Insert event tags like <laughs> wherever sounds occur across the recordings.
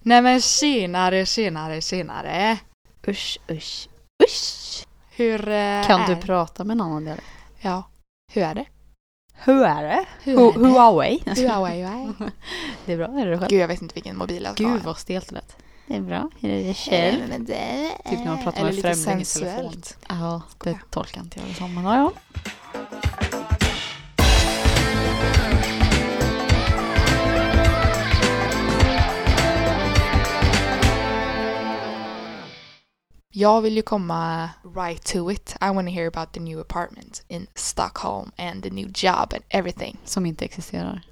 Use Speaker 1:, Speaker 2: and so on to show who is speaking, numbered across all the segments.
Speaker 1: Nej men senare, senare, senare.
Speaker 2: Usch, usch, usch.
Speaker 1: Hur eh,
Speaker 2: Kan
Speaker 1: är
Speaker 2: du prata med någon annan dialekt?
Speaker 1: Ja. Hur är det?
Speaker 2: Hur är det?
Speaker 1: Hur
Speaker 2: Hu-
Speaker 1: är det?
Speaker 2: Huawei.
Speaker 1: Hur är det? Hur <laughs> är det?
Speaker 2: <laughs> Det är bra, är det själv?
Speaker 1: Gud jag vet inte vilken mobil jag ska
Speaker 2: Gud
Speaker 1: ha.
Speaker 2: vad stelt det lät. Det är bra. Är det
Speaker 1: Eh, men det
Speaker 2: Typ när man pratar
Speaker 1: Eller
Speaker 2: med en
Speaker 1: lite
Speaker 2: främling i telefon.
Speaker 1: sensuellt.
Speaker 2: Ja, det
Speaker 1: Skoja.
Speaker 2: tolkar inte jag det som. Men ja, ja.
Speaker 1: Jag vill ju komma right to it. I want to hear about the new apartment in Stockholm and the new job and everything.
Speaker 2: Som inte existerar.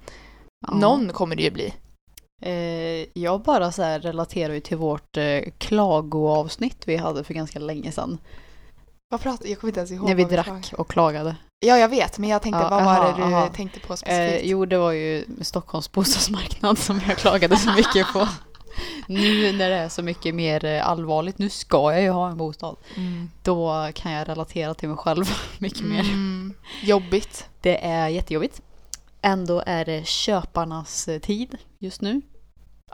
Speaker 2: Ja.
Speaker 1: Någon kommer det ju bli.
Speaker 2: Eh, jag bara så här relaterar ju till vårt eh, klagoavsnitt vi hade för ganska länge sedan.
Speaker 1: Vad pratar Jag kommer inte ens ihåg.
Speaker 2: när vi
Speaker 1: vad
Speaker 2: drack
Speaker 1: pratade.
Speaker 2: och klagade.
Speaker 1: Ja, jag vet, men jag tänkte
Speaker 2: Ja,
Speaker 1: vad var
Speaker 2: aha,
Speaker 1: det du
Speaker 2: aha.
Speaker 1: tänkte på specifikt?
Speaker 2: Eh, jo, det var ju Stockholms bostadsmarknad som jag klagade så mycket på. Nu när det är så mycket mer eh, allvarligt, nu ska jag ju ha en bostad.
Speaker 1: Mm.
Speaker 2: Då kan jag relatera till mig själv <laughs> mycket mer.
Speaker 1: Mm. Jobbigt.
Speaker 2: Det är jättejobbigt. Ändå är det köparnas eh, tid just nu.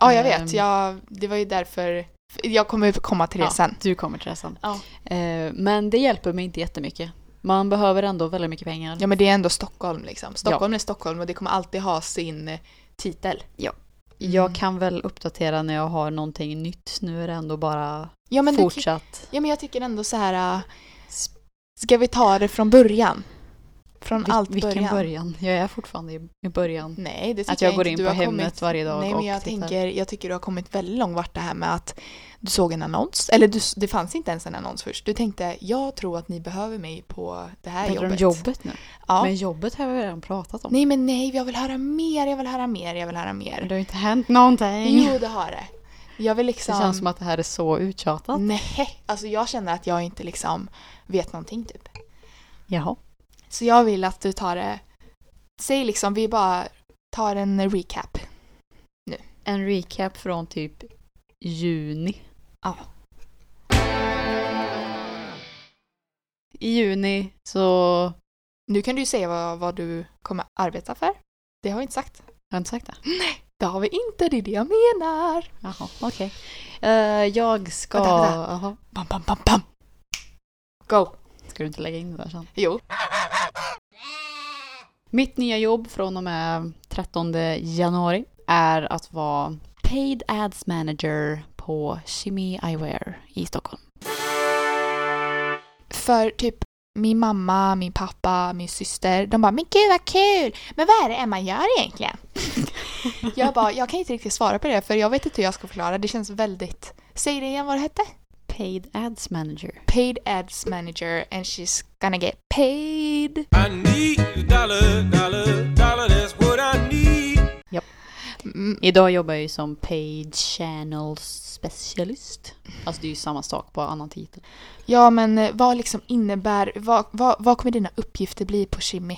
Speaker 1: Ja, jag
Speaker 2: Ehm.
Speaker 1: vet. Jag, det var ju därför... Jag kommer komma till det
Speaker 2: Ja,
Speaker 1: sen.
Speaker 2: Du kommer till det sen.
Speaker 1: Ja.
Speaker 2: Eh, Men det hjälper mig inte jättemycket. Man behöver ändå väldigt mycket pengar.
Speaker 1: Ja, men det är ändå Stockholm liksom. Stockholm är Stockholm och det kommer alltid ha sin eh, titel. Mm.
Speaker 2: Jag kan väl uppdatera när jag har någonting nytt. Nu är det ändå bara
Speaker 1: Ja, men, du,
Speaker 2: fortsatt.
Speaker 1: ja, men jag tycker ändå så här... äh, Ska vi ta det från början? Från
Speaker 2: Vil-
Speaker 1: allt
Speaker 2: Vilken
Speaker 1: början?
Speaker 2: början? Jag är fortfarande i- i början.
Speaker 1: Nej, det tycker
Speaker 2: Att jag, går
Speaker 1: inte.
Speaker 2: in
Speaker 1: Du
Speaker 2: på
Speaker 1: har
Speaker 2: Hemnet
Speaker 1: kommit-
Speaker 2: varje dag
Speaker 1: Nej,
Speaker 2: och
Speaker 1: men jag,
Speaker 2: tittar.
Speaker 1: tänker, jag tycker du har kommit väldigt långt vart det här med att du såg en annons. Eller du, det fanns inte ens en annons först. Du tänkte, jag tror att ni behöver mig på det här
Speaker 2: Pratar du om
Speaker 1: jobbet.
Speaker 2: jobbet nu?
Speaker 1: Ja.
Speaker 2: Men jobbet har vi redan pratat om.
Speaker 1: Nej men nej, jag vill höra mer, jag vill höra mer, jag vill höra
Speaker 2: Men
Speaker 1: mer.
Speaker 2: det har ju inte hänt <laughs> någonting.
Speaker 1: Jo, det har det. Jag vill liksom...
Speaker 2: Det känns som att det här är så uttjatat.
Speaker 1: Nej, alltså jag känner att jag inte liksom vet någonting typ.
Speaker 2: Jaha.
Speaker 1: Så jag vill att du tar det... Säg liksom, vi bara tar en recap.
Speaker 2: En recap från typ juni.
Speaker 1: Ja.
Speaker 2: I juni så
Speaker 1: Nu kan du ju säga vad, vad du kommer arbeta för. Det har vi inte sagt.
Speaker 2: Har jag inte sagt det?
Speaker 1: Det har vi inte, det är det jag menar.
Speaker 2: Jaha, okej. Eh, jag ska...
Speaker 1: Vänta, vänta.
Speaker 2: Jaha.
Speaker 1: Bam, bam, bam, bam. Go.
Speaker 2: Ska du inte lägga in det där sen?
Speaker 1: Jo.
Speaker 2: Mitt nya jobb från och med 13 januari är att vara Paid Ads Manager på Kimi Eyewear i Stockholm.
Speaker 1: För typ min mamma, min pappa, min syster, de bara “men gud vad kul! Men vad är det Emma gör egentligen?” <laughs> Jag bara, jag kan inte riktigt svara på det för jag vet inte hur jag ska förklara. Det känns väldigt... Säg det igen vad det hette.
Speaker 2: Paid Ads Manager.
Speaker 1: Paid ads manager and she's gonna get paid.
Speaker 3: I need a dollar, dollar, dollar, that's what I need.
Speaker 1: Mm,
Speaker 2: Idag jobbar jag ju som Paid Channel Specialist. Alltså det är ju samma sak på annan titel.
Speaker 1: Ja men eh, vad liksom innebär, vad, vad, vad kommer dina uppgifter bli på Kimmy?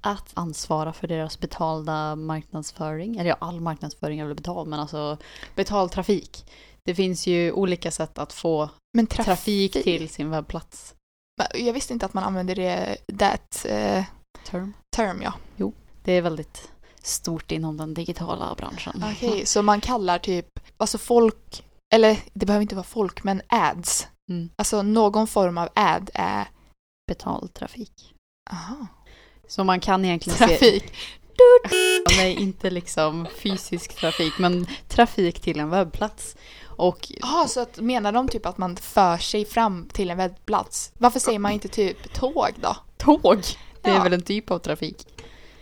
Speaker 2: Att ansvara för deras betalda marknadsföring. Eller ja, all marknadsföring är väl betald men alltså betald trafik. Det finns ju olika sätt att få
Speaker 1: Men traf-
Speaker 2: trafik till sin webbplats.
Speaker 1: Jag visste inte att man använde det, that eh,
Speaker 2: Term.
Speaker 1: term ja.
Speaker 2: Det är väldigt stort inom den digitala branschen.
Speaker 1: Okej, så man kallar typ, alltså folk, eller det behöver inte vara folk, men ads.
Speaker 2: <laughs> Mm.
Speaker 1: Alltså någon form av ad är,
Speaker 2: Betald trafik.
Speaker 1: aha,
Speaker 2: Så man kan egentligen se...
Speaker 1: trafik.
Speaker 2: Nej, inte liksom fysisk trafik, men trafik till en webbplats. Och
Speaker 1: Jaha, så att, menar de typ att man för sig fram till en webbplats? Varför säger man inte typ tåg då?
Speaker 2: tåg, det är
Speaker 1: Ja.
Speaker 2: väl en typ av trafik?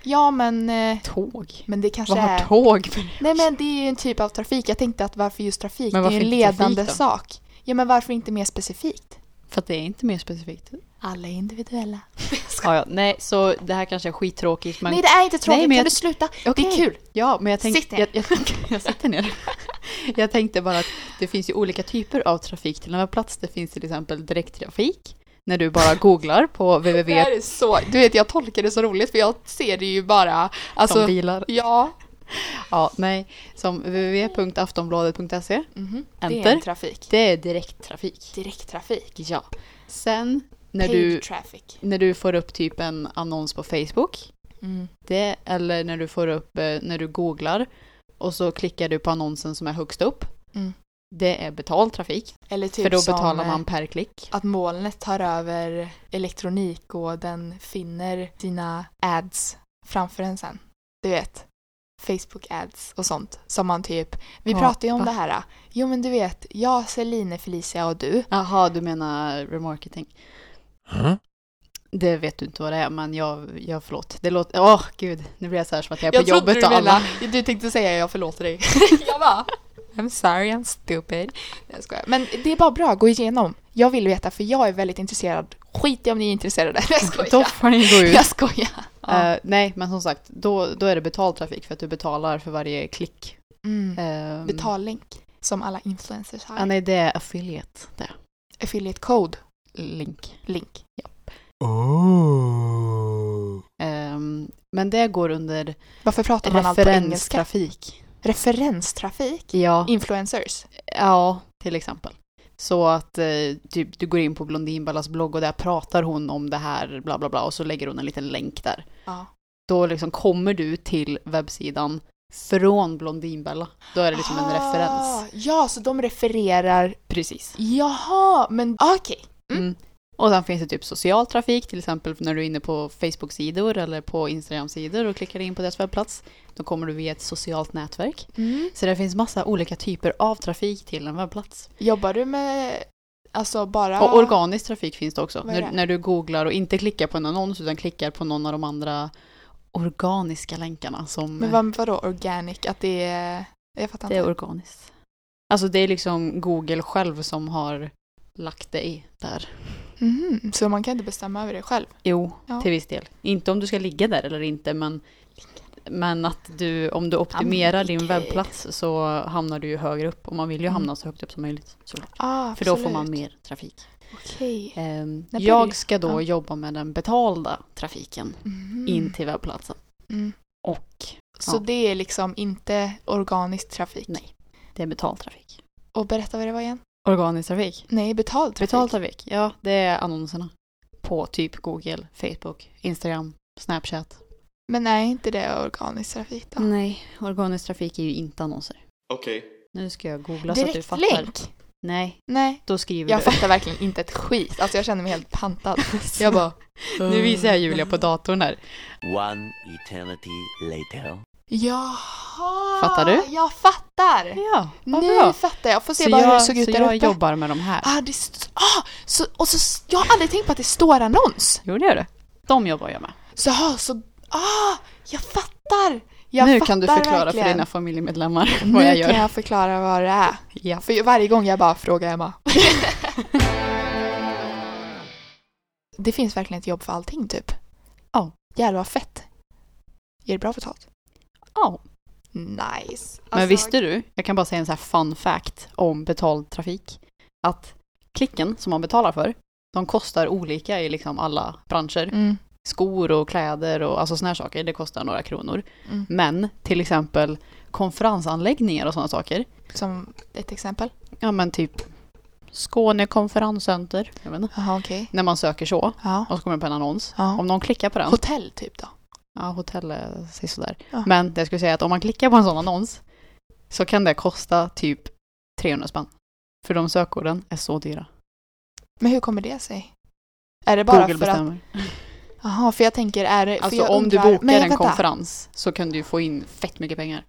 Speaker 1: Ja, men, eh,
Speaker 2: Tåg?
Speaker 1: men det kanske
Speaker 2: Vad har
Speaker 1: är...
Speaker 2: tåg för det?
Speaker 1: Nej, men det är ju en typ av trafik. Jag tänkte att varför just trafik?
Speaker 2: Men
Speaker 1: det är
Speaker 2: varför
Speaker 1: ju en
Speaker 2: inte trafik
Speaker 1: ledande
Speaker 2: då?
Speaker 1: sak. Ja, men varför inte mer specifikt?
Speaker 2: För att det är inte mer specifikt.
Speaker 1: Alla är individuella.
Speaker 2: Ja, ja. Nej, så det här kanske är skittråkigt, men...
Speaker 1: Nej, det är inte tråkigt.
Speaker 2: Nej, men jag-
Speaker 1: Kan du sluta? Det
Speaker 2: Okej.
Speaker 1: är kul.
Speaker 2: Ja, men jag
Speaker 1: Sitt
Speaker 2: tänkte...
Speaker 1: ner.
Speaker 2: Jag, jag, <laughs> jag sitter ner. Jag tänkte bara att det finns ju olika typer av trafik till en webbplats. Det finns till exempel direkttrafik, när du bara googlar
Speaker 1: <laughs>
Speaker 2: på
Speaker 1: Det här
Speaker 2: www.
Speaker 1: är så, du vet jag tolkar det så roligt för jag ser det ju bara, alltså,
Speaker 2: som bilar.
Speaker 1: ja.
Speaker 2: Ja, nej. Som www.aftonbladet.se.
Speaker 1: Mhm. Det är en
Speaker 2: E. Enter.
Speaker 1: trafik.
Speaker 2: Det är direkttrafik.
Speaker 1: Direkttrafik.
Speaker 2: Ja. Sen när
Speaker 1: Paid
Speaker 2: du,
Speaker 1: traffic.
Speaker 2: när du får upp typ en annons på Facebook.
Speaker 1: Mm.
Speaker 2: Det, eller när du får upp, eh, när du googlar. Och så klickar du på annonsen som är högst upp.
Speaker 1: Mm.
Speaker 2: Det är betald trafik.
Speaker 1: Eller typ
Speaker 2: för då
Speaker 1: som
Speaker 2: betalar
Speaker 1: eh,
Speaker 2: man per klick.
Speaker 1: att molnet tar över elektronik och den finner sina ads framför en sen. Du vet, Facebook ads och sånt som man typ, vi
Speaker 2: Ja,
Speaker 1: pratade ju om
Speaker 2: va?
Speaker 1: det här. ah. Jo men du vet, jag, Celine, Felicia och du.
Speaker 2: Jaha, du menar remarketing.
Speaker 3: Huh?
Speaker 2: Det vet du inte vad det är, men jag, jag förlåt. Det låter, åh gud, nu blir jag så här som att jag är på
Speaker 1: trodde
Speaker 2: jobbet
Speaker 1: du
Speaker 2: och alla. <laughs>
Speaker 1: menade- <laughs> Du tänkte säga jag förlåter dig. jag bara, I'm sorry, I'm stupid. Nej, Jag skojar. Men det är bara bra, att gå igenom. Jag vill veta för jag är väldigt intresserad. Skit i om ni är intresserade. <laughs> Jag
Speaker 2: Då
Speaker 1: skojar.
Speaker 2: får ni gå ut.
Speaker 1: Jag skojar. <laughs> Ja.
Speaker 2: Eh, nej, men som sagt, då, då är det betald trafik för att du betalar för varje klick.
Speaker 1: Mm.
Speaker 2: Uh,
Speaker 1: betallänk som alla influencers har.
Speaker 2: Ja, nej, det är affiliate. Det är
Speaker 1: Affiliate code
Speaker 2: link.
Speaker 1: link.
Speaker 3: Oh.
Speaker 2: Ehm, men det går under
Speaker 1: Varför pratar man allt på engelska?
Speaker 2: referenstrafik.
Speaker 1: Referenstrafik?
Speaker 2: Ja,
Speaker 1: Influencers?
Speaker 2: ja, till exempel. Så att eh, typ, du går in på Blondinbellas blogg och där pratar hon om det här, bla bla bla, och så lägger hon en liten länk där.
Speaker 1: Ja.
Speaker 2: Då liksom kommer du till webbsidan från Blondinbella. Då är det liksom en
Speaker 1: Ah,
Speaker 2: referens.
Speaker 1: Ja, så de refererar...
Speaker 2: Precis.
Speaker 1: Jaha, men okej. Mm.
Speaker 2: Mm. Och sen finns det typ social trafik, till exempel när du är inne på Facebook-sidor eller på Instagram-sidor och klickar in på deras webbplats. Då kommer du via ett socialt nätverk.
Speaker 1: Mm.
Speaker 2: Så det finns massa olika typer av trafik till en webbplats.
Speaker 1: Jobbar du med... Alltså bara...
Speaker 2: Och organisk trafik finns det också.
Speaker 1: Vad är
Speaker 2: När,
Speaker 1: det?
Speaker 2: när du googlar och inte klickar på en annons utan klickar på någon av de andra organiska länkarna som...
Speaker 1: Men vad, vadå organic? Att det är... Jag fattar
Speaker 2: det är
Speaker 1: inte.
Speaker 2: organiskt. Alltså det är liksom Google själv som har lagt dig där.
Speaker 1: Mhm, Så man kan inte bestämma över det själv?
Speaker 2: Jo,
Speaker 1: Ja.
Speaker 2: till viss del. Inte om du ska ligga där eller inte, men, men att du, om du optimerar din
Speaker 1: Amplified.
Speaker 2: webbplats så hamnar du ju högre upp. Och man vill ju hamna så högt upp som möjligt. såklart.
Speaker 1: Ah,
Speaker 2: För då får
Speaker 1: Mm. absolut.
Speaker 2: man mer trafik.
Speaker 1: Okej.
Speaker 2: Ehm,
Speaker 1: När börjar det?
Speaker 2: jag ska då
Speaker 1: Ja.
Speaker 2: jobba med den betalda trafiken
Speaker 1: Mhm.
Speaker 2: in till webbplatsen.
Speaker 1: Mm.
Speaker 2: Och
Speaker 1: Så
Speaker 2: ja.
Speaker 1: det är liksom inte organisk trafik?
Speaker 2: Nej. det är betald trafik.
Speaker 1: Och berätta vad det var igen.
Speaker 2: Organisk trafik.
Speaker 1: Nej, betald trafik.
Speaker 2: Betald trafik, ja det är annonserna. På typ Google, Facebook, Instagram, Snapchat.
Speaker 1: Men är inte det organisk trafik då?
Speaker 2: Nej, organisk trafik är ju inte annonser.
Speaker 3: Okay.
Speaker 2: Nu ska jag googla så att du fattar.
Speaker 1: Direktlänk?
Speaker 2: Nej,
Speaker 1: Nej,
Speaker 2: Då skriver
Speaker 1: jag
Speaker 2: du.
Speaker 1: fattar verkligen inte ett skit. Alltså jag känner mig helt
Speaker 2: <laughs>
Speaker 1: pantad. Jag bara...
Speaker 2: Nu visar jag Julia på datorn här.
Speaker 4: One eternity later.
Speaker 1: Jaha!
Speaker 2: Fattar du?
Speaker 1: Jag fattar!
Speaker 2: Ja,
Speaker 1: nu fattar jag. Får se bara hur det såg ut
Speaker 2: så
Speaker 1: där
Speaker 2: jag
Speaker 1: uppe.
Speaker 2: jobbar med de här.
Speaker 1: Ah, det st- ah, så, och så, jag har aldrig tänkt på att det står annons.
Speaker 2: Jo, det gör du. De jobbar jag med.
Speaker 1: Så, ah, så, ah, jag fattar! Jag
Speaker 2: nu
Speaker 1: fattar
Speaker 2: kan du förklara
Speaker 1: verkligen.
Speaker 2: för dina familjemedlemmar
Speaker 1: Nu
Speaker 2: vad jag gör.
Speaker 1: kan jag förklara vad det är.
Speaker 2: Ja.
Speaker 1: För varje gång jag bara frågar
Speaker 2: <laughs>
Speaker 1: Emma. det finns verkligen ett jobb för allting typ.
Speaker 2: Ja.
Speaker 1: Jävlar vad fett. Ger det bra betalt?
Speaker 2: Ja.
Speaker 1: Nice. Alltså,
Speaker 2: Men visste du, jag kan bara säga en sån här fun fact om betald trafik. Att klicken som man betalar för, de kostar olika i liksom alla branscher.
Speaker 1: Mm.
Speaker 2: Skor och kläder och alltså såna här saker, det kostar några kronor.
Speaker 1: Mm.
Speaker 2: Men till exempel konferensanläggningar och sådana saker,
Speaker 1: Som ett exempel?
Speaker 2: Ja men typ Skåne konferenscenter. Jag vet inte.
Speaker 1: Jaha, okej.
Speaker 2: När man söker så
Speaker 1: Ja.
Speaker 2: och så kommer det på en annons.
Speaker 1: ja.
Speaker 2: Om någon klickar på den.
Speaker 1: Hotell typ då?
Speaker 2: Ja, hotell är sig sådär.
Speaker 1: Ja.
Speaker 2: Men det jag skulle säga är att om man klickar på en sån annons så kan det kosta typ 300 spänn. För de sökorden är så dyra.
Speaker 1: Men hur kommer det sig? Är det bara
Speaker 2: Google
Speaker 1: för att...
Speaker 2: bestämmer.
Speaker 1: Jaha, för jag tänker är det... för
Speaker 2: Alltså
Speaker 1: jag
Speaker 2: om du
Speaker 1: undrar-
Speaker 2: bokar
Speaker 1: Men
Speaker 2: en
Speaker 1: vänta.
Speaker 2: konferens så kan du ju få in fett mycket pengar.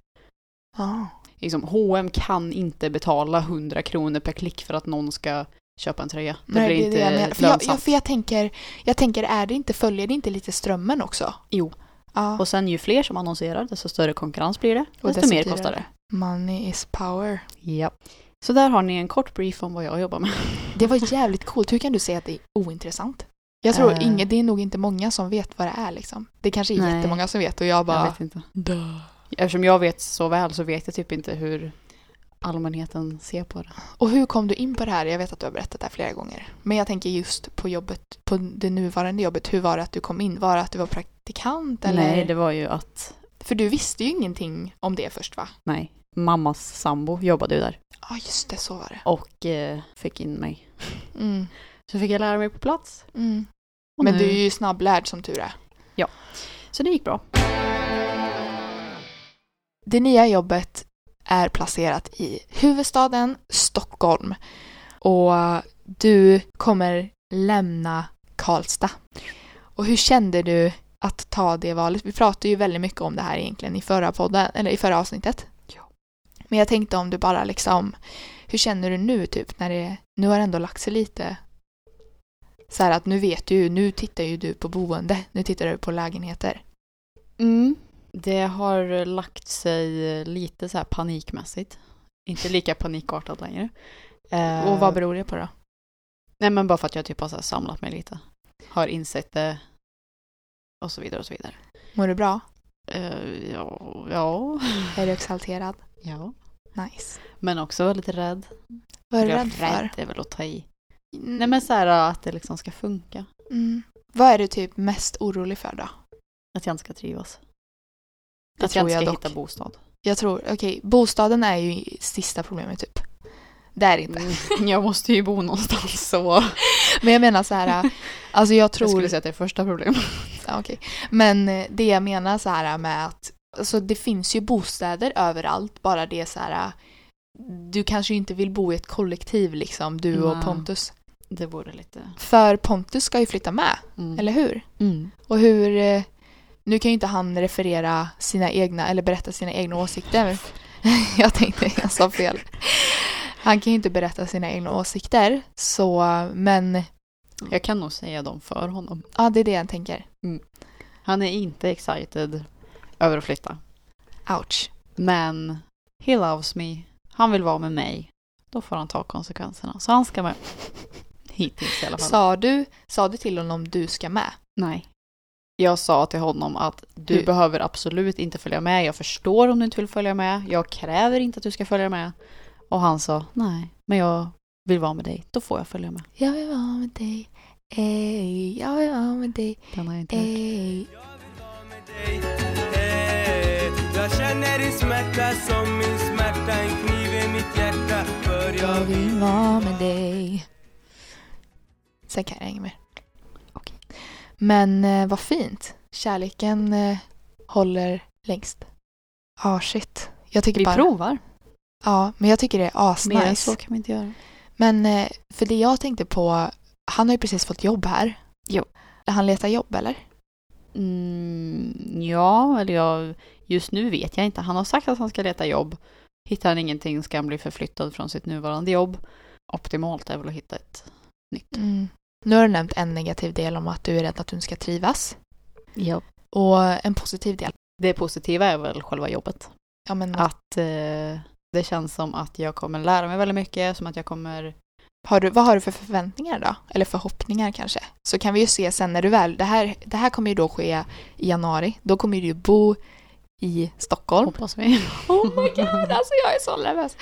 Speaker 1: Ja.
Speaker 2: Liksom, H&M kan inte betala 100 kronor per klick för att någon ska köpa en tröja. Det
Speaker 1: Nej,
Speaker 2: blir
Speaker 1: det
Speaker 2: inte
Speaker 1: är det jag menar.
Speaker 2: lönsamt.
Speaker 1: För jag, jag, för jag tänker, jag tänker, är det inte, följer det inte lite strömmen också?
Speaker 2: Jo.
Speaker 1: Ja.
Speaker 2: Och sen ju fler som annonserar, desto större konkurrens blir det.
Speaker 1: Och
Speaker 2: Och desto
Speaker 1: desto
Speaker 2: mer
Speaker 1: dyrare.
Speaker 2: kostar det.
Speaker 1: Money is power.
Speaker 2: Ja. Så där har ni en kort brief om vad jag jobbar med.
Speaker 1: Det var jävligt coolt. Hur kan du säga att det är ointressant? Jag tror
Speaker 2: Eh.
Speaker 1: inget, det är nog inte många som vet vad det är liksom. Det kanske är
Speaker 2: Nej.
Speaker 1: jättemånga som vet och jag
Speaker 2: Jag
Speaker 1: bara...
Speaker 2: vet inte. Eftersom jag vet så väl så vet jag typ inte hur allmänheten ser på det.
Speaker 1: Och hur kom du in på det här? Jag vet att du har berättat det här flera gånger. Men jag tänker just på jobbet, på det nuvarande jobbet. Hur var det att du kom in? Var det att du var praktikant eller?
Speaker 2: Nej, det var ju att,
Speaker 1: För du visste ju ingenting om det först va?
Speaker 2: nej, mammas sambo jobbade ju där
Speaker 1: Ja just det, så var det.
Speaker 2: och eh, fick in mig.
Speaker 1: Mm.
Speaker 2: Så fick jag lära mig på plats.
Speaker 1: Mm.
Speaker 2: Och
Speaker 1: Men
Speaker 2: nu-
Speaker 1: du är ju snabblärd som tur är.
Speaker 2: Så det gick bra.
Speaker 1: Det nya jobbet är placerat i huvudstaden Stockholm. Och du kommer lämna Karlstad. Och hur kände du att ta det valet? Vi pratade ju väldigt mycket om det här egentligen i förra podden, eller i förra avsnittet.
Speaker 2: Ja.
Speaker 1: Men jag tänkte om du bara liksom, hur känner du nu typ när det, nu har det ändå lagt sig lite så här att nu vet du ju, nu tittar ju du på boende, nu tittar du på lägenheter.
Speaker 2: Mm. Det har lagt sig lite så här panikmässigt. Inte lika panikartat längre. Eh,
Speaker 1: Och vad beror det på då?
Speaker 2: Nej men bara för att jag typ har så här samlat mig lite. Har insett det. Och så vidare och så vidare.
Speaker 1: Mår du bra?
Speaker 2: Eh, ja, ja.
Speaker 1: Är du exalterad?
Speaker 2: ja.
Speaker 1: Nice.
Speaker 2: Men också väldigt rädd.
Speaker 1: Vad är du
Speaker 2: Eller
Speaker 1: rädd för?
Speaker 2: Rädd är väl att ta i. Nej men så här att det liksom ska funka.
Speaker 1: Mm. Vad är du typ mest orolig för då?
Speaker 2: Att jag inte ska trivas.
Speaker 1: Det
Speaker 2: att jag
Speaker 1: tror
Speaker 2: inte ska
Speaker 1: jag dock.
Speaker 2: hitta bostad.
Speaker 1: Jag tror, okej, bostaden är ju sista problemet typ. Det är det
Speaker 2: Mm.
Speaker 1: inte.
Speaker 2: <laughs> Jag måste ju bo någonstans så.
Speaker 1: <laughs> Men jag menar så
Speaker 2: <laughs>
Speaker 1: här, alltså jag
Speaker 2: Jag
Speaker 1: tror...
Speaker 2: skulle säga att det är första problemet.
Speaker 1: <laughs> Ja, okej. Men eh, det jag menar så här äh, med att alltså det finns ju bostäder överallt, bara det är så här äh, du kanske inte vill bo i ett kollektiv liksom, du och
Speaker 2: Nej.
Speaker 1: Pontus.
Speaker 2: Det vore lite...
Speaker 1: För Pontus ska ju flytta med,
Speaker 2: Mm.
Speaker 1: eller hur?
Speaker 2: Mm.
Speaker 1: Och hur... eh, Nu kan ju inte han referera sina egna, eller berätta sina egna åsikter. <laughs> Jag tänkte jag sa fel. Han kan ju inte berätta sina egna åsikter, så men
Speaker 2: Jag kan nog säga dem för honom.
Speaker 1: ja, det är det jag tänker.
Speaker 2: Han är inte excited över att flytta.
Speaker 1: Ouch.
Speaker 2: Men he loves me. Han vill vara med mig. Då får han ta konsekvenserna. Så han ska med. <laughs> Hittills i alla fall.
Speaker 1: Sa du, sa du till honom du ska med?
Speaker 2: Nej. Jag sa till honom att du
Speaker 1: Du-
Speaker 2: behöver absolut inte följa med. Jag förstår om du inte vill följa med. Jag kräver inte att du ska följa med. Och han sa nej, men jag vill vara med dig. Då får jag följa med.
Speaker 1: Jag vill vara med dig. Ey, jag vill vara med dig.
Speaker 2: Den har jag inte hört.
Speaker 1: Ey.
Speaker 3: Eh, Jag känner din smärta som min smärta, en kniv i mitt hjärta. För jag
Speaker 1: Jag vill vara med dig. Sen kan jag inget mer.
Speaker 2: Okej.
Speaker 1: Men eh, vad fint. Kärleken eh, håller längst. Ja, shit. Jag tycker
Speaker 2: Vi
Speaker 1: bara...
Speaker 2: provar.
Speaker 1: Ja, men jag tycker det är
Speaker 2: Mer än så
Speaker 1: asnice.
Speaker 2: kan vi inte göra.
Speaker 1: Men eh, för det jag tänkte på, han har ju precis fått jobb här.
Speaker 2: Jo.
Speaker 1: Han letar jobb, eller?
Speaker 2: Mm, ja, eller jag, just nu vet jag inte. Han har sagt att han ska leta jobb. Hittar han ingenting ska han bli förflyttad från sitt nuvarande jobb. Optimalt är väl att hitta ett nytt.
Speaker 1: Mm. Nu har du nämnt en negativ del om att du är rädd att du inte ska trivas.
Speaker 2: Ja.
Speaker 1: Och en positiv del.
Speaker 2: Det positiva är väl själva jobbet.
Speaker 1: Ja, men
Speaker 2: Att eh, det känns som att jag kommer lära mig väldigt mycket, som att jag kommer...
Speaker 1: Har du, vad har du för förväntningar då? Eller förhoppningar kanske? Så kan vi ju se sen när du väl... Det här, det här kommer ju då ske i januari. Då kommer du ju bo i Stockholm.
Speaker 2: Hoppas vi.
Speaker 1: Oh my god, <laughs> alltså jag är så nervös.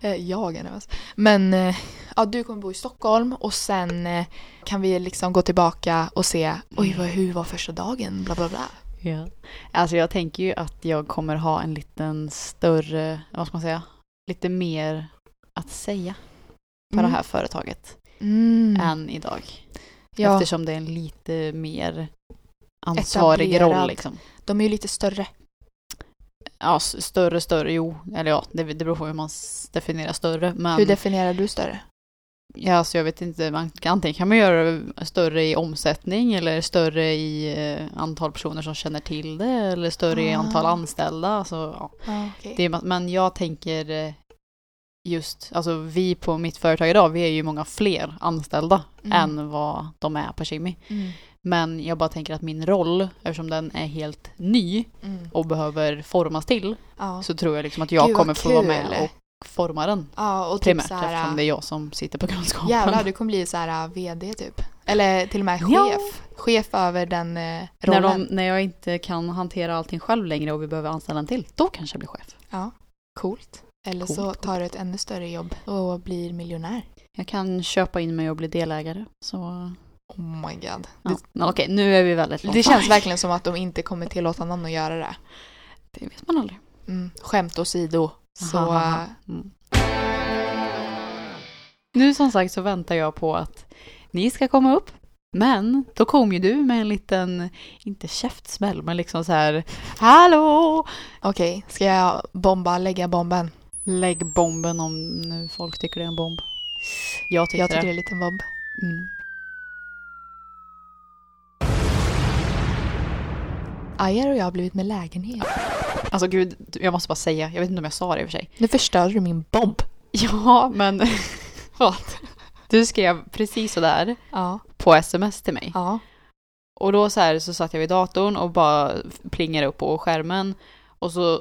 Speaker 1: Eh, Jag är nervös. Men eh, ja, du kommer bo i Stockholm och sen eh, kan vi liksom gå tillbaka och se oj, vad, hur var första dagen? Bla bla bla.
Speaker 2: Ja. <laughs> Alltså jag tänker ju att jag kommer ha en liten större, vad ska man säga, lite mer att säga på det här företaget
Speaker 1: Mm.
Speaker 2: än idag.
Speaker 1: Ja,
Speaker 2: Eftersom det är en lite mer ansvarig
Speaker 1: Etablerad.
Speaker 2: roll liksom.
Speaker 1: de är ju lite större.
Speaker 2: Ja, s- större, större, jo. Eller ja, det, det beror på hur man s- definierar större. Men
Speaker 1: Hur definierar du större?
Speaker 2: Ja, alltså jag vet inte, man, kan- antingen kan man göra det större i omsättning eller större i eh, antal personer som känner till det eller större i
Speaker 1: Ah.
Speaker 2: antal anställda. Alltså, ja.
Speaker 1: Ah, okay.
Speaker 2: det är, men jag tänker eh, just, alltså vi på mitt företag idag, vi är ju många fler anställda
Speaker 1: Mm.
Speaker 2: än vad de är på Kimi.
Speaker 1: Mm.
Speaker 2: Men jag bara tänker att min roll, eftersom den är helt ny
Speaker 1: Mm.
Speaker 2: och behöver formas till,
Speaker 1: Ja.
Speaker 2: så tror jag liksom att jag
Speaker 1: Gud, vad
Speaker 2: kommer få vara
Speaker 1: kul.
Speaker 2: med och forma den.
Speaker 1: ja, och typ
Speaker 2: Primärt
Speaker 1: så här,
Speaker 2: eftersom det är jag som sitter på <laughs> kunskapen.
Speaker 1: Jävlar, du kommer bli så här äh, vd typ. Eller till och med chef.
Speaker 2: Ja.
Speaker 1: Chef över den eh,
Speaker 2: När,
Speaker 1: rollen.
Speaker 2: de, när jag inte kan hantera allting själv längre och vi behöver anställa en till, då kanske jag blir chef.
Speaker 1: Ja, coolt. Eller
Speaker 2: Coolt,
Speaker 1: så
Speaker 2: coolt.
Speaker 1: tar du ett ännu större jobb och blir miljonär.
Speaker 2: Jag kan köpa in mig och bli delägare. Så,
Speaker 1: Oh my god.
Speaker 2: ja. Men okej, nu är vi väldigt
Speaker 1: Det,
Speaker 2: långt
Speaker 1: det
Speaker 2: fram.
Speaker 1: känns verkligen som att de inte kommer tillåta någon att göra det.
Speaker 2: Det vet man aldrig.
Speaker 1: Mm. Skämt åsido. Så, äh,
Speaker 2: Aha, aha. Mm. Nu som sagt så väntar jag på att ni ska komma upp. Men då kom ju du med en liten, inte käftsmäll, men liksom så här, hallå!
Speaker 1: okej, ska jag bomba, lägga bomben?
Speaker 2: Lägg bomben om nu folk tycker det är en bomb. Jag tycker,
Speaker 1: Jag tycker det är
Speaker 2: det.
Speaker 1: en liten bob.
Speaker 2: Mm.
Speaker 1: Ayer och jag har blivit med lägenhet.
Speaker 2: Alltså gud, jag måste bara säga. Jag vet inte om jag sa det i och för sig.
Speaker 1: Nu förstörde du min bob.
Speaker 2: <laughs> Ja, men... Vad? Du skrev precis sådär
Speaker 1: Ja.
Speaker 2: på sms till mig.
Speaker 1: Ja.
Speaker 2: Och då så här så satt jag vid datorn och bara plingade upp på skärmen. Och så,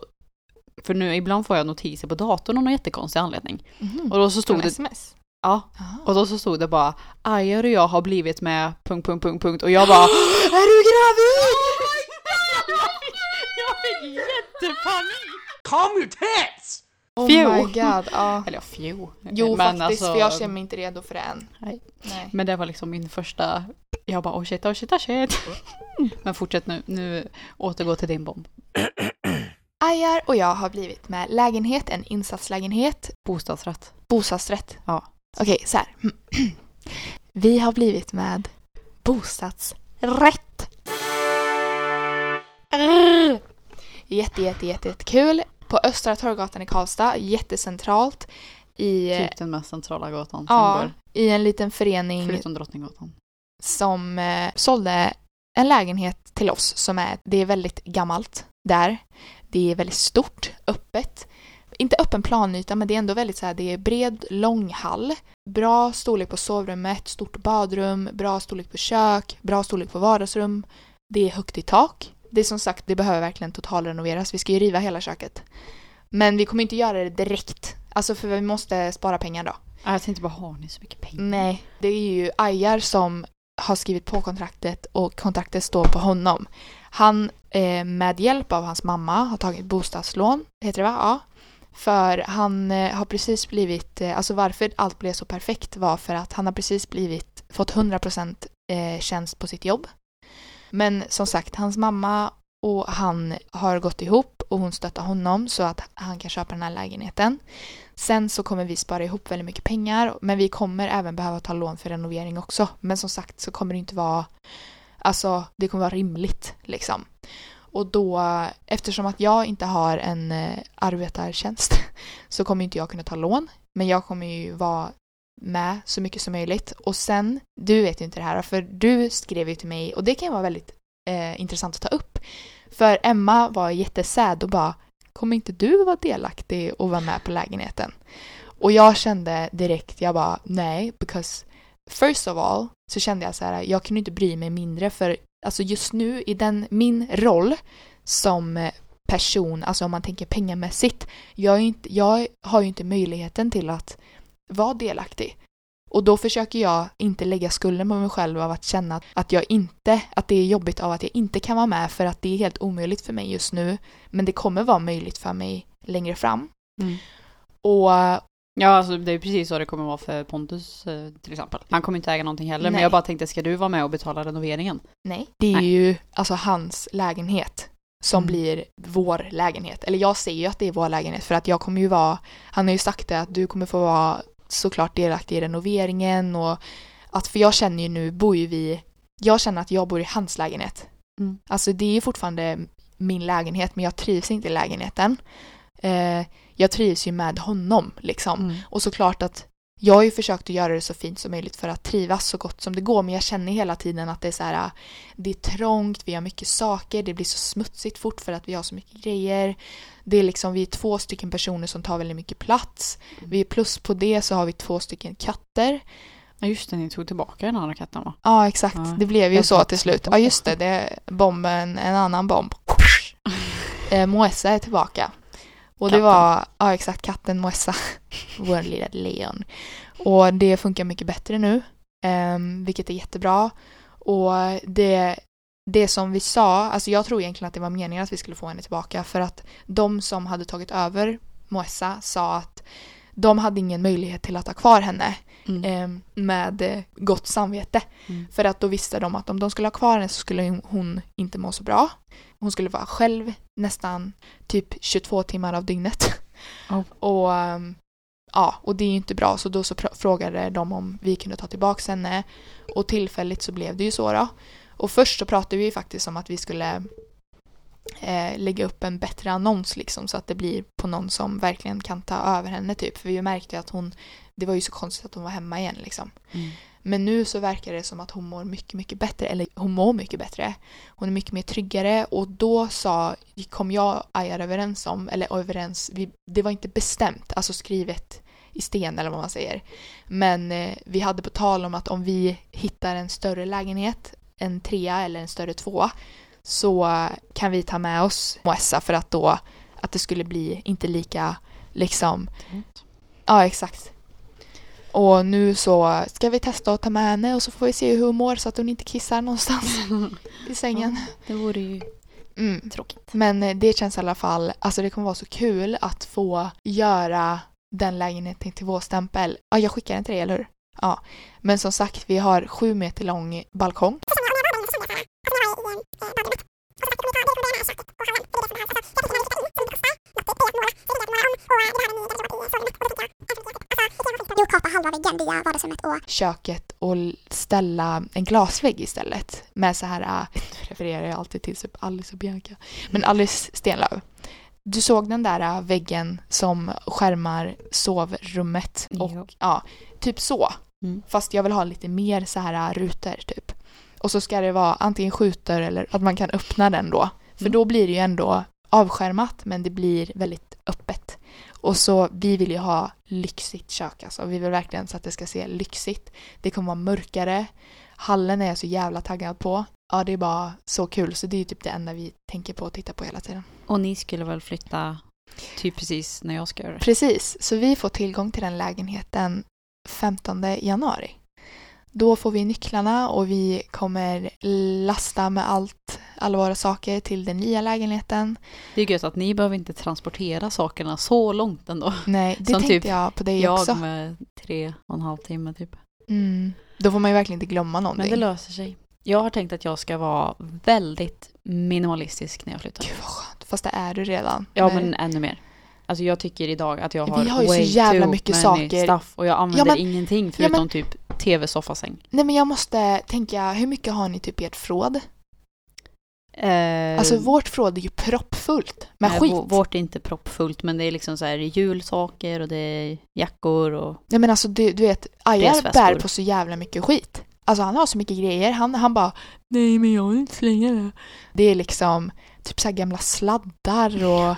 Speaker 2: för nu ibland får jag notiser på datorn av någon jättekonstig anledning.
Speaker 1: Mhm.
Speaker 2: Och då så stod
Speaker 1: Från <gasps>
Speaker 2: det,
Speaker 1: sms.
Speaker 2: ja,
Speaker 1: Jaha.
Speaker 2: och då så stod det bara Ajer och jag har blivit med, punkt, punkt, punkt, punkt. Och
Speaker 1: <gasps>
Speaker 2: jag bara Är du gravid? Oh <laughs> jag fick jättepanik!
Speaker 3: Calm your tits!
Speaker 1: Oh
Speaker 2: Phew.
Speaker 1: my god. Ja.
Speaker 2: Eller ja, fju.
Speaker 1: Jo
Speaker 2: Men
Speaker 1: faktiskt,
Speaker 2: alltså-
Speaker 1: för jag känner mig inte redo för det än.
Speaker 2: Nej.
Speaker 1: Nej.
Speaker 2: Men det var liksom min första, jag bara oh shit, oh shit,
Speaker 1: <laughs>
Speaker 2: oh shit. Men fortsätt nu, nu återgå till din bomb.
Speaker 1: Ajar och jag har blivit med lägenhet, en insatslägenhet,
Speaker 2: Bostadsrätt.
Speaker 1: bostadsrätt.
Speaker 2: Ja.
Speaker 1: Okej, så här. <clears throat> Vi har blivit med bostadsrätt. Arr. Jätte, jätte, jätte, jättekul. På Östra Torggatan i Karlstad, jättecentralt. I,
Speaker 2: Typ den mest centrala gatan som
Speaker 1: ja,
Speaker 2: går.
Speaker 1: i en liten förening
Speaker 2: Förutom Drottninggatan.
Speaker 1: som eh, sålde en lägenhet till oss som är, det är väldigt gammalt där. Det är väldigt stort, öppet. Inte öppen planyta men det är ändå väldigt så här, det är bred, lång hall. Bra storlek på sovrummet, stort badrum, bra storlek på kök, bra storlek på vardagsrum. Det är högt i tak. Det är som sagt, det behöver verkligen totalrenoveras. Vi ska ju riva hela köket. Men vi kommer inte göra det direkt. Alltså för vi måste spara pengar då.
Speaker 2: Ah, jag tänkte bara, har ni så mycket pengar?
Speaker 1: Nej, det är ju Ajar som har skrivit på kontraktet och kontraktet står på honom. Han eh, med hjälp av hans mamma har tagit bostadslån, heter det va? Ja. För han eh, har precis blivit, eh, alltså varför allt blev så perfekt var för att han har precis blivit, fått 100% eh, tjänst på sitt jobb. Men som sagt, hans mamma och han har gått ihop och hon stöttar honom så att han kan köpa den här lägenheten. Sen så kommer vi spara ihop väldigt mycket pengar men vi kommer även behöva ta lån för renovering också. Men som sagt så kommer det inte vara, alltså det kommer vara rimligt liksom. Och då, eftersom att jag inte har en eh, arbetartjänst <laughs> så kommer inte jag kunna ta lån. Men jag kommer ju vara med så mycket som möjligt. Och sen, du vet ju inte det här för du skrev ju till mig och det kan ju vara väldigt eh, intressant att ta upp. För Emma var jättesäd och bara kommer inte du vara delaktig och vara med på lägenheten? Och jag kände direkt, jag bara nej, because first of all så kände jag så här, jag kunde inte bry mig mindre för alltså just nu i den, min roll som person, alltså om man tänker pengamässigt, jag, är ju inte, jag har ju inte möjligheten till att vara delaktig. Och då försöker jag inte lägga skulden på mig själv av att känna att- att jag inte, att det är jobbigt av att jag inte kan vara med för att det är helt omöjligt för mig just nu. Men det kommer vara möjligt för mig längre fram.
Speaker 2: Mm.
Speaker 1: Och eh,
Speaker 2: Ja, alltså, det är precis så det kommer vara för Pontus eh, till exempel. Han kommer inte äga någonting heller, men
Speaker 1: Nej.
Speaker 2: jag bara tänkte, ska du vara med och betala renoveringen?
Speaker 1: nej, det är
Speaker 2: Nej.
Speaker 1: ju alltså hans lägenhet som
Speaker 2: Mm.
Speaker 1: blir vår lägenhet. Eller jag ser ju att det är vår lägenhet för att jag kommer ju vara, han har ju sagt det att du kommer få vara såklart delaktig i renoveringen och att för jag känner ju nu bor ju vi, jag känner att jag bor i hans lägenhet.
Speaker 2: Mm.
Speaker 1: Alltså det är ju fortfarande min lägenhet men jag trivs inte i lägenheten. Eh, jag trivs ju med honom liksom.
Speaker 2: Mm.
Speaker 1: Och såklart att jag har ju försökt att göra det så fint som möjligt för att trivas så gott som det går men jag känner hela tiden att det är så här det är trångt, vi har mycket saker, det blir så smutsigt fort för att vi har så mycket grejer. Det är liksom, vi är två stycken personer som tar väldigt mycket plats.
Speaker 2: Mm.
Speaker 1: Vi plus på det så har vi två stycken katter.
Speaker 2: Ja, just det, ni tog tillbaka den andra katten <laughs> va?
Speaker 1: Ja, exakt.
Speaker 2: Ja.
Speaker 1: Det blev ju
Speaker 2: Jag
Speaker 1: så
Speaker 2: tror-
Speaker 1: till slut. Ja, just det. det bomben, en annan bomb. Eh, Moessa är tillbaka. Och det
Speaker 2: Katten.
Speaker 1: var, ja exakt, katten Moessa. <laughs> Vår lilla lejon. Och det funkar mycket bättre nu. ehm, vilket är jättebra. Och det, det som vi sa, alltså jag tror egentligen att det var meningen att vi skulle få henne tillbaka. För att de som hade tagit över Moessa sa att de hade ingen möjlighet till att ha kvar henne
Speaker 2: Eh,
Speaker 1: eh, med eh, gott samvete.
Speaker 2: Mm.
Speaker 1: För att då visste de att om de skulle ha kvar henne så skulle hon- hon inte må så bra. Hon skulle vara själv nästan typ 22 timmar av dygnet.
Speaker 2: Oh.
Speaker 1: Och ehm, ja, och det är ju inte bra så då så pr- frågade de om vi kunde ta tillbaks henne och tillfälligt så blev det ju så då. Och först så pratade vi ju faktiskt om att vi skulle eh, lägga upp en bättre annons liksom så att det blir på någon som verkligen kan ta över henne typ. För vi märkte ju att hon, det var ju så konstigt att hon var hemma igen liksom.
Speaker 2: Mm.
Speaker 1: Men nu så verkar det som att hon mår mycket, mycket bättre. Eller hon mår mycket bättre. Hon är mycket mer tryggare och då sa, kom jag och Ayar överens om, eller överens, vi, det var inte bestämt, alltså skrivet i sten eller vad man säger. Men eh, vi hade på tal om att om vi hittar en större lägenhet, en trea eller en större tvåa, så eh, kan vi ta med oss Moessa för att då, att det skulle bli inte lika liksom Ja, exakt. Och nu så ska vi testa att ta med henne och så får vi se hur hon mår så att hon inte kissar någonstans i sängen.
Speaker 2: Det vore ju
Speaker 1: Mm.
Speaker 2: tråkigt.
Speaker 1: Men eh, det känns i alla fall, alltså det kommer vara så kul att få göra den lägenheten till vår stämpel. Ja, jag skickar den till dig, eller hur? Ja. Men som sagt, vi har sju meter lång balkong.
Speaker 5: Du kapar halva väggen via vardagsrummet och
Speaker 1: köket och l- ställa en glasvägg istället med så här, äh, nu refererar jag alltid till typ Alice och Bianca,
Speaker 2: Mm.
Speaker 1: men Alice Stenlöf. Du såg den där äh, väggen som skärmar sovrummet och
Speaker 2: Jo.
Speaker 1: ja, typ så.
Speaker 2: Mm.
Speaker 1: Fast jag vill ha lite mer så här äh, rutor typ. Och så ska det vara antingen skjuter eller att man kan öppna den då. För
Speaker 2: Mm.
Speaker 1: då blir det ju ändå avskärmat men det blir väldigt öppet. Och så vi vill ju ha lyxigt kök alltså. Vi vill verkligen så att det ska se lyxigt. Det kommer vara mörkare. Hallen är jag så jävla taggad på. Ja, det är bara så kul. Så det är ju typ det enda vi tänker på och tittar på hela tiden.
Speaker 2: Och ni skulle väl flytta typ precis när jag ska göra det?
Speaker 1: Precis, så vi får tillgång till den lägenheten 15 januari. Då får vi nycklarna och vi kommer lasta med allt, alla våra saker till den nya lägenheten.
Speaker 2: Det är gött att ni behöver inte transportera sakerna så långt ändå.
Speaker 1: Nej, det
Speaker 2: Som
Speaker 1: tänkte
Speaker 2: typ
Speaker 1: jag på dig också.
Speaker 2: Jag med tre och en halv timme typ.
Speaker 1: Mm. Då får man ju verkligen inte glömma
Speaker 2: Men
Speaker 1: någonting.
Speaker 2: det löser sig. Jag har tänkt att jag ska vara väldigt minimalistisk när jag flyttar.
Speaker 1: Gud vad skönt, fast det är du redan.
Speaker 2: Ja
Speaker 1: Nej.
Speaker 2: men ännu mer. Alltså jag tycker idag att jag
Speaker 1: Vi
Speaker 2: har,
Speaker 1: har ju så
Speaker 2: way
Speaker 1: jävla
Speaker 2: too
Speaker 1: mycket
Speaker 2: many
Speaker 1: saker.
Speaker 2: stuff och jag använder
Speaker 1: men-
Speaker 2: ingenting förutom
Speaker 1: men-
Speaker 2: typ tv, soffa, säng.
Speaker 1: Nej men jag måste tänka, hur mycket har ni typ i ert förråd?
Speaker 2: Eh,
Speaker 1: Alltså vårt förråd är ju proppfullt med
Speaker 2: nej,
Speaker 1: skit.
Speaker 2: vå- Vårt är inte proppfullt men det är liksom så här julsaker och det är jackor och
Speaker 1: Nej men alltså du, du vet,
Speaker 2: Deras
Speaker 1: Ajar
Speaker 2: väskor.
Speaker 1: bär på så jävla mycket skit. Alltså han har så mycket grejer. Han, han bara Nej men jag vill inte slänga det. Det är liksom typ så här gamla sladdar och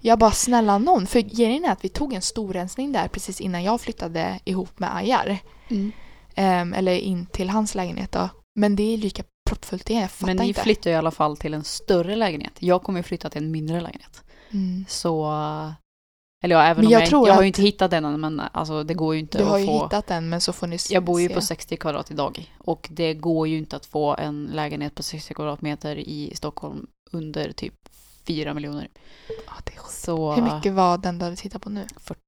Speaker 1: jag bara snälla någon. För grejen är att vi tog en storrensning där precis innan jag flyttade ihop med Ajar. Ehm, eller in till hans lägenhet då. Men det är lika proppfullt igen, jag fattar
Speaker 2: Men ni
Speaker 1: inte.
Speaker 2: flyttar ju i alla fall till en större lägenhet. Jag kommer ju flytta till en mindre lägenhet.
Speaker 1: mm.
Speaker 2: Så... Eller ja, även
Speaker 1: Men
Speaker 2: om
Speaker 1: jag
Speaker 2: jag,
Speaker 1: tror
Speaker 2: jag har
Speaker 1: att-
Speaker 2: ju inte hittat den än, men alltså det går ju inte
Speaker 1: Du har
Speaker 2: att
Speaker 1: ju
Speaker 2: få...
Speaker 1: hittat den men så får ni s-
Speaker 2: Jag bor ju
Speaker 1: se.
Speaker 2: på 60 kvadrat idag och det går ju inte att få en lägenhet på 60 kvadratmeter i Stockholm under typ 4 miljoner.
Speaker 1: Ja, det är sjukt.
Speaker 2: Så...
Speaker 1: Hur mycket var den du hade tittat på nu?
Speaker 2: 40.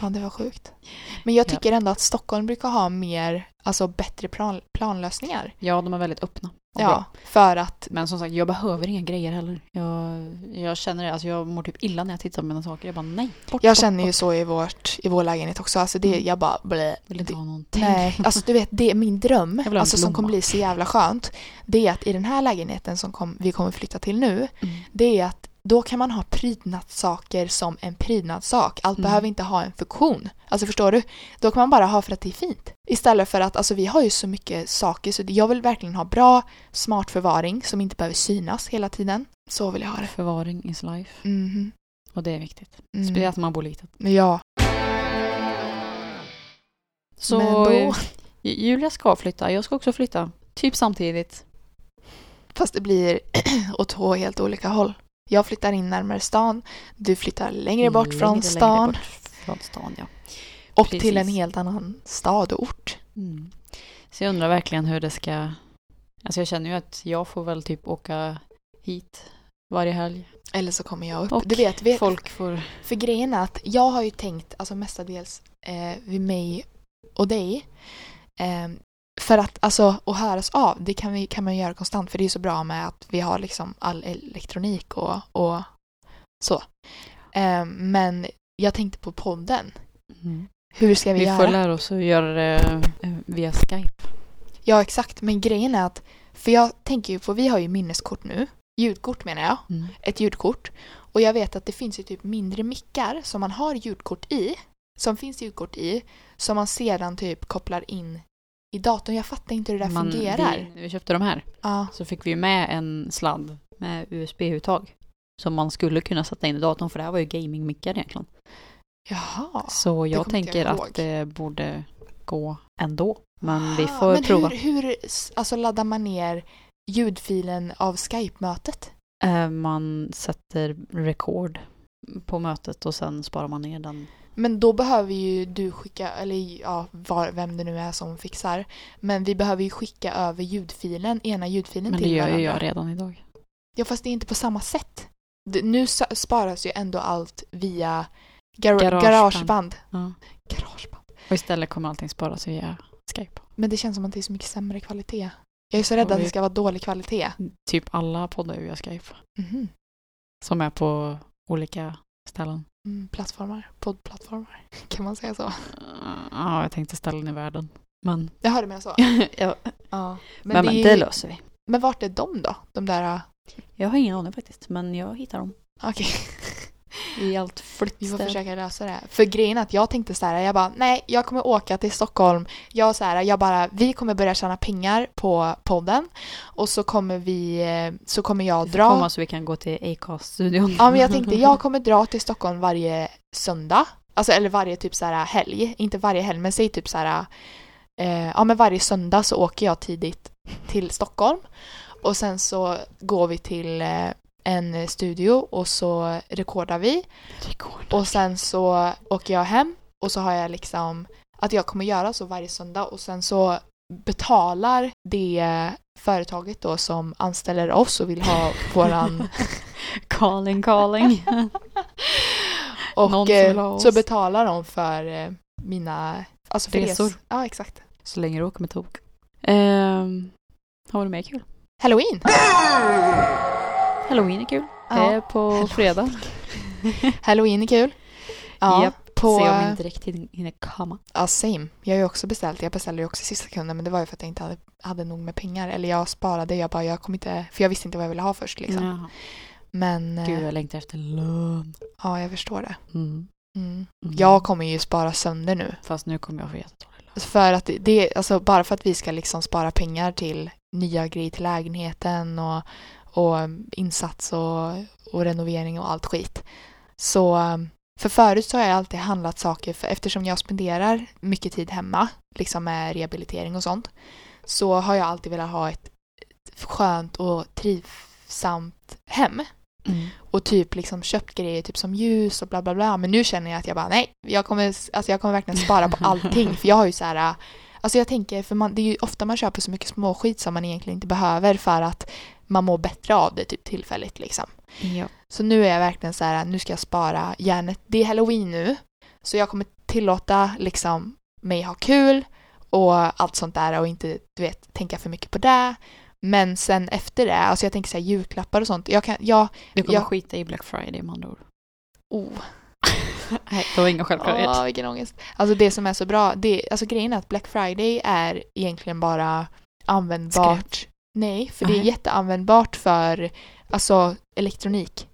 Speaker 1: Ja, det var sjukt. Men jag
Speaker 2: Ja.
Speaker 1: tycker ändå att Stockholm brukar ha mer, alltså bättre plan, planlösningar.
Speaker 2: Ja, de är väldigt öppna. och bra.
Speaker 1: Ja, för att
Speaker 2: Men som sagt, jag behöver inga grejer heller. Jag, jag känner det, alltså jag mår typ illa när jag tittar på mina saker. Jag bara nej, bort,
Speaker 1: jag
Speaker 2: bort,
Speaker 1: känner ju
Speaker 2: bort.
Speaker 1: så i, vårt, i vår lägenhet också. Alltså det,
Speaker 2: Mm.
Speaker 1: jag bara blä.
Speaker 2: Vill inte
Speaker 1: Det-
Speaker 2: ha någonting. <laughs>
Speaker 1: Nej, alltså du vet, det är min dröm,
Speaker 2: vill ha en
Speaker 1: alltså som
Speaker 2: blomma.
Speaker 1: kommer bli så jävla skönt, det är att i den här lägenheten som kom, vi kommer flytta till nu,
Speaker 2: Mm.
Speaker 1: det är att då kan man ha prydnadssaker som en prydnadssak. Allt
Speaker 2: Mm.
Speaker 1: behöver inte ha en funktion. Alltså förstår du? Då kan man bara ha för att det är fint. Istället för att, alltså vi har ju så mycket saker så jag vill verkligen ha bra, smart förvaring som inte behöver synas hela tiden. Så vill jag ha det.
Speaker 2: Förvaring is life.
Speaker 1: Mhm.
Speaker 2: Och det är viktigt.
Speaker 1: Mm.
Speaker 2: Speciellt när man bor litet.
Speaker 1: Ja.
Speaker 2: Så
Speaker 1: Men då-
Speaker 2: eh, Julia ska flytta, jag ska också flytta. Typ samtidigt.
Speaker 1: Fast det blir <clears throat> åt två helt olika håll. Jag flyttar in närmare stan, du flyttar längre bort
Speaker 2: Längre,
Speaker 1: från
Speaker 2: längre
Speaker 1: stan
Speaker 2: bort från stan, ja.
Speaker 1: och
Speaker 2: Precis.
Speaker 1: till en helt annan stad och ort.
Speaker 2: Mm. Så jag undrar verkligen hur det ska... Alltså jag känner ju att jag får väl typ åka hit varje helg.
Speaker 1: Eller så kommer jag upp.
Speaker 2: Och
Speaker 1: du vet, vet,
Speaker 2: Folk får...
Speaker 1: För grejen är att jag har ju tänkt, alltså mestadels eh, vid mig och dig, eh, för att alltså att höras av, det kan, vi, kan man ju göra konstant för det är ju så bra med att vi har liksom all elektronik och, och så. Eh, men jag tänkte på podden.
Speaker 2: Mm.
Speaker 1: Hur ska vi,
Speaker 2: Vi
Speaker 1: göra?
Speaker 2: får lära oss att göra det eh, via Skype.
Speaker 1: Ja, exakt. Men grejen är att, för jag tänker ju på, vi har ju minneskort nu ljudkort menar jag.
Speaker 2: Mm.
Speaker 1: Ett ljudkort. Och jag vet att det finns ju typ mindre mickar som man har ljudkort i. Som finns ljudkort i. Som man sedan typ kopplar in i datorn. Jag fattar inte hur det där
Speaker 2: Man-
Speaker 1: fungerar.
Speaker 2: Vi, när vi köpte de här
Speaker 1: Ja.
Speaker 2: så fick vi ju med en sladd med USB-uttag. Som man skulle kunna sätta in i datorn för det här var ju gamingmickar egentligen.
Speaker 1: Jaha.
Speaker 2: Så jag
Speaker 1: kommer inte
Speaker 2: tänker
Speaker 1: jag
Speaker 2: att det borde gå ändå. Men vi
Speaker 1: Ah,
Speaker 2: får
Speaker 1: men
Speaker 2: prova.
Speaker 1: Hur, hur s- alltså, laddar man ner ljudfilen av Skype-mötet?
Speaker 2: Eh, Man sätter record på mötet och sen sparar man ner den.
Speaker 1: Men då behöver ju du skicka, eller ja, var, vem det nu är som fixar. Men vi behöver ju skicka över ljudfilen, ena ljudfilen
Speaker 2: Men det
Speaker 1: till
Speaker 2: gör ju
Speaker 1: varandra.
Speaker 2: jag redan idag.
Speaker 1: Ja, fast det är inte på samma sätt. Det, nu s- sparas ju ändå allt via gar-
Speaker 2: Garageband.
Speaker 1: garageband.
Speaker 2: Ja.
Speaker 1: Garageband.
Speaker 2: Och istället kommer allting sparas via Skype.
Speaker 1: Men det känns som att det är så mycket sämre kvalitet. Jag är så rädd att det ska vara dålig kvalitet.
Speaker 2: Typ alla poddar via Skype.
Speaker 1: Mhm.
Speaker 2: Som är på olika ställen.
Speaker 1: Mm, plattformar, poddplattformar. <laughs> Kan man säga så?
Speaker 2: Eh, Ja, jag tänkte ställen i världen. Men, <laughs>
Speaker 1: Jag hörde mig så.
Speaker 2: ja,
Speaker 1: Ja.
Speaker 2: men, men
Speaker 1: det är ju-
Speaker 2: det löser vi.
Speaker 1: Men vart är de då? De där... äh,
Speaker 2: Jag har ingen aning faktiskt, men jag hittar dem.
Speaker 1: Okej,
Speaker 2: <laughs> I allt
Speaker 1: vi får
Speaker 2: flyttstäd.
Speaker 1: försöka lösa det. här. För grejen är att jag tänkte så här, jag bara nej, jag kommer åka till Stockholm. Jag så här, jag bara, vi kommer börja tjäna pengar på podden och så kommer vi, eh, så kommer jag
Speaker 2: Du får komma
Speaker 1: dra.
Speaker 2: så vi kan gå till Acast-studion.
Speaker 1: Ja men jag tänkte,
Speaker 2: <laughs>
Speaker 1: jag kommer dra till Stockholm varje söndag. Alltså eller varje typ så här helg, inte varje helg men säg typ så här, eh, ja men varje söndag så åker jag tidigt till Stockholm och sen så går vi till eh, en studio och så rekordar vi
Speaker 2: Rekord.
Speaker 1: Och sen så åker jag hem och så har jag liksom att jag kommer göra så varje söndag och sen så betalar det företaget då som anställer oss och vill
Speaker 2: <laughs>
Speaker 1: ha våran
Speaker 2: Calling, <laughs> calling. Någon
Speaker 1: och
Speaker 2: som
Speaker 1: eh,
Speaker 2: vill ha oss.
Speaker 1: så betalar de för eh, mina alltså för
Speaker 2: Resor.
Speaker 1: res- Ja exakt.
Speaker 2: så länge du åker med tok. Ehm, har du mer kul?
Speaker 1: Halloween!
Speaker 2: Halloween är kul. Det
Speaker 1: Ja.
Speaker 2: är på fredag. <laughs>
Speaker 1: Halloween är kul. Ja,
Speaker 2: Japp,
Speaker 1: på...
Speaker 2: Se om inte direkt hin- hinner komma.
Speaker 1: Ja, same. Jag har ju också beställt. Jag beställde ju också i sista sekunden men det var ju för att jag inte hade, hade nog med pengar. Eller jag sparade. Jag bara, jag kommer inte... För jag visste inte vad jag ville ha först liksom.
Speaker 2: Jaha.
Speaker 1: Men... eh,
Speaker 2: Mm. Gud, jag längtar efter lön.
Speaker 1: Ja, jag förstår det.
Speaker 2: Mm.
Speaker 1: Mm.
Speaker 2: Mm.
Speaker 1: Jag kommer ju spara sönder nu.
Speaker 2: Fast nu kommer jag få jättedålig lön.
Speaker 1: För att det- det, alltså bara för att vi ska liksom spara pengar till nya grejer till lägenheten och, och insats och, och renovering och allt skit. Så um, för förut så har jag alltid handlat saker för eftersom jag spenderar mycket tid hemma liksom med rehabilitering och sånt så har jag alltid velat ha ett ett skönt och trivsamt hem
Speaker 2: Mm.
Speaker 1: och typ liksom köpt grejer typ som ljus och bla bla bla men nu känner jag att jag bara nej jag kommer, alltså jag kommer verkligen spara på allting för jag har ju så här alltså jag tänker för man, det är ju ofta man köper så mycket småskit som man egentligen inte behöver för att man mår bättre av det typ tillfälligt liksom
Speaker 2: Ja.
Speaker 1: så nu är jag verkligen så här äh, nu ska jag spara järnet det är halloween nu så jag kommer tillåta liksom mig ha kul och allt sånt där och inte du vet tänka för mycket på det men sen efter det, alltså jag tänker så här julklappar och sånt. Jag kan, jag,
Speaker 2: Du kommer
Speaker 1: Ja.
Speaker 2: skita i Black Friday med andra ord.
Speaker 1: oh,
Speaker 2: <laughs> Nej, det var ingen självklarhet.
Speaker 1: Åh, vilken ångest. Alltså det som är så bra, det, alltså grejen är att Black Friday är egentligen bara användbart. Nej, för det är
Speaker 2: Nej.
Speaker 1: jätteanvändbart för alltså elektronik.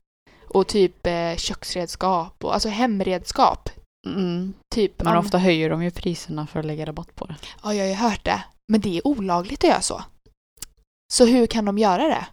Speaker 1: Och typ eh, köksredskap och alltså hemredskap.
Speaker 2: Mm.
Speaker 1: Typ,
Speaker 2: Men
Speaker 1: om-
Speaker 2: ofta höjer de ju priserna för att lägga rabatt på det.
Speaker 1: Ja, jag har ju hört det. Men det är olagligt att göra så. Så hur kan de göra det?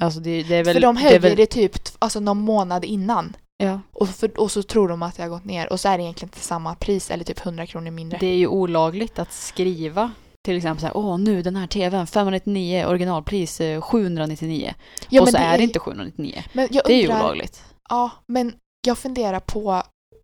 Speaker 2: Alltså det, det är väl...
Speaker 1: för de
Speaker 2: det, är
Speaker 1: höjer
Speaker 2: väl,
Speaker 1: det typ t- alltså, någon månad innan.
Speaker 2: Ja.
Speaker 1: Och, för, och så tror de att det har gått ner och så är det egentligen inte samma pris eller typ 100 kronor mindre.
Speaker 2: det är ju olagligt att skriva till exempel så här, åh nu den här tvn 599 originalpris eh, 799
Speaker 1: Ja,
Speaker 2: och
Speaker 1: men
Speaker 2: så är det
Speaker 1: ju-
Speaker 2: inte 799.
Speaker 1: Men jag
Speaker 2: Det är ju
Speaker 1: undrar-
Speaker 2: olagligt.
Speaker 1: Ja, men jag funderar på,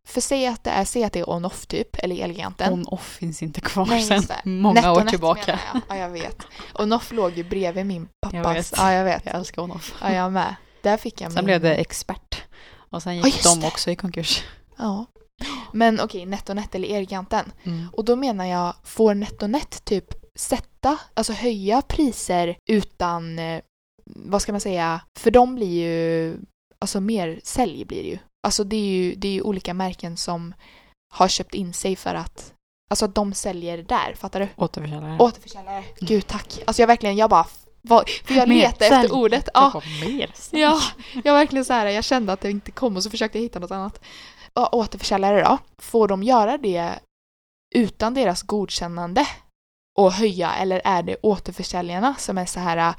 Speaker 1: för säg att det är, säg att det är on-off typ, eller Elgiganten.
Speaker 2: On-off finns inte kvar
Speaker 1: Nej, just
Speaker 2: sedan
Speaker 1: det.
Speaker 2: många
Speaker 1: Net och
Speaker 2: år
Speaker 1: net
Speaker 2: tillbaka.
Speaker 1: menar jag. Ja, jag vet. On-off låg ju bredvid min
Speaker 2: Jag
Speaker 1: pappas.
Speaker 2: vet.
Speaker 1: ja, jag vet.
Speaker 2: Jag älskar on-off.
Speaker 1: Ja, jag med. Där fick jag
Speaker 2: Sen
Speaker 1: min...
Speaker 2: blev det expert. Och sen
Speaker 1: Ja,
Speaker 2: gick
Speaker 1: just
Speaker 2: de
Speaker 1: det.
Speaker 2: också i konkurs.
Speaker 1: Ja. Men okej, NetOnNet eller Elgiganten.
Speaker 2: Mm.
Speaker 1: Och då menar jag, får NetOnNet typ sätta, alltså höja priser utan, eh, vad ska man säga, för de blir ju, alltså mer sälj blir det ju. Alltså det är ju, det är ju olika märken som har köpt in sig för att, alltså att de säljer där, fattar du?
Speaker 2: Återförsäljare.
Speaker 1: Återförsäljare, gud tack. Alltså jag verkligen, jag bara, Vad, för jag
Speaker 2: Mer
Speaker 1: letade
Speaker 2: sälj.
Speaker 1: efter ordet.
Speaker 2: Jag
Speaker 1: Ja,
Speaker 2: får mer sälj.
Speaker 1: ja, jag verkligen så här, jag kände att det inte kom och så försökte jag hitta något annat. Och återförsäljare då, får de göra det utan deras godkännande och höja eller är det återförsäljarna som är så här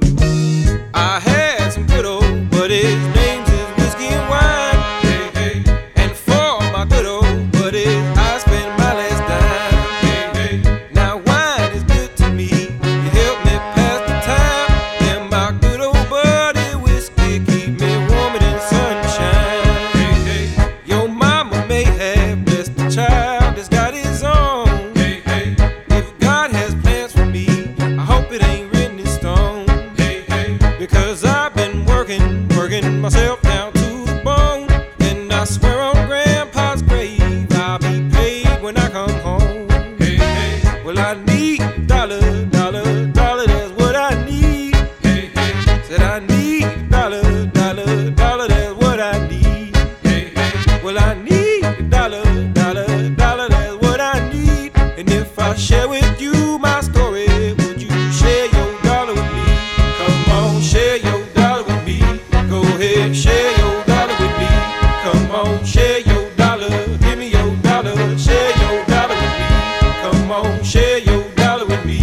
Speaker 3: I had some good old buddies. Names is whiskey and wine. Hey, hey. And for my good old buddies, I spent my last dime. Hey, hey. Now wine is good to me. It helped me pass the time. And my good old buddy whiskey keep me warmer than sunshine. Hey, hey. Your mama may have blessed the child that's got his own. Hey, hey. If God has plans for me, I hope it ain't written in stone. Hey, hey. Because I've been working, working myself down to the bone. And I swear on Grandpa's grave, I'll be paid when I come home. Hey, hey. Well, I need a dollar, dollar, dollar, that's what I need. Hey, hey. Said I need a dollar, dollar, dollar, that's what I need. Hey, hey. Well, I need a dollar, dollar, dollar, that's what I need. And if I share with you my story, would you share your dollar with me? Come on, share your dollar with me. Go ahead, share your dollar with me. Come on, share your dollar. Give me your dollar. Share your dollar with me. Come on, share your dollar with me.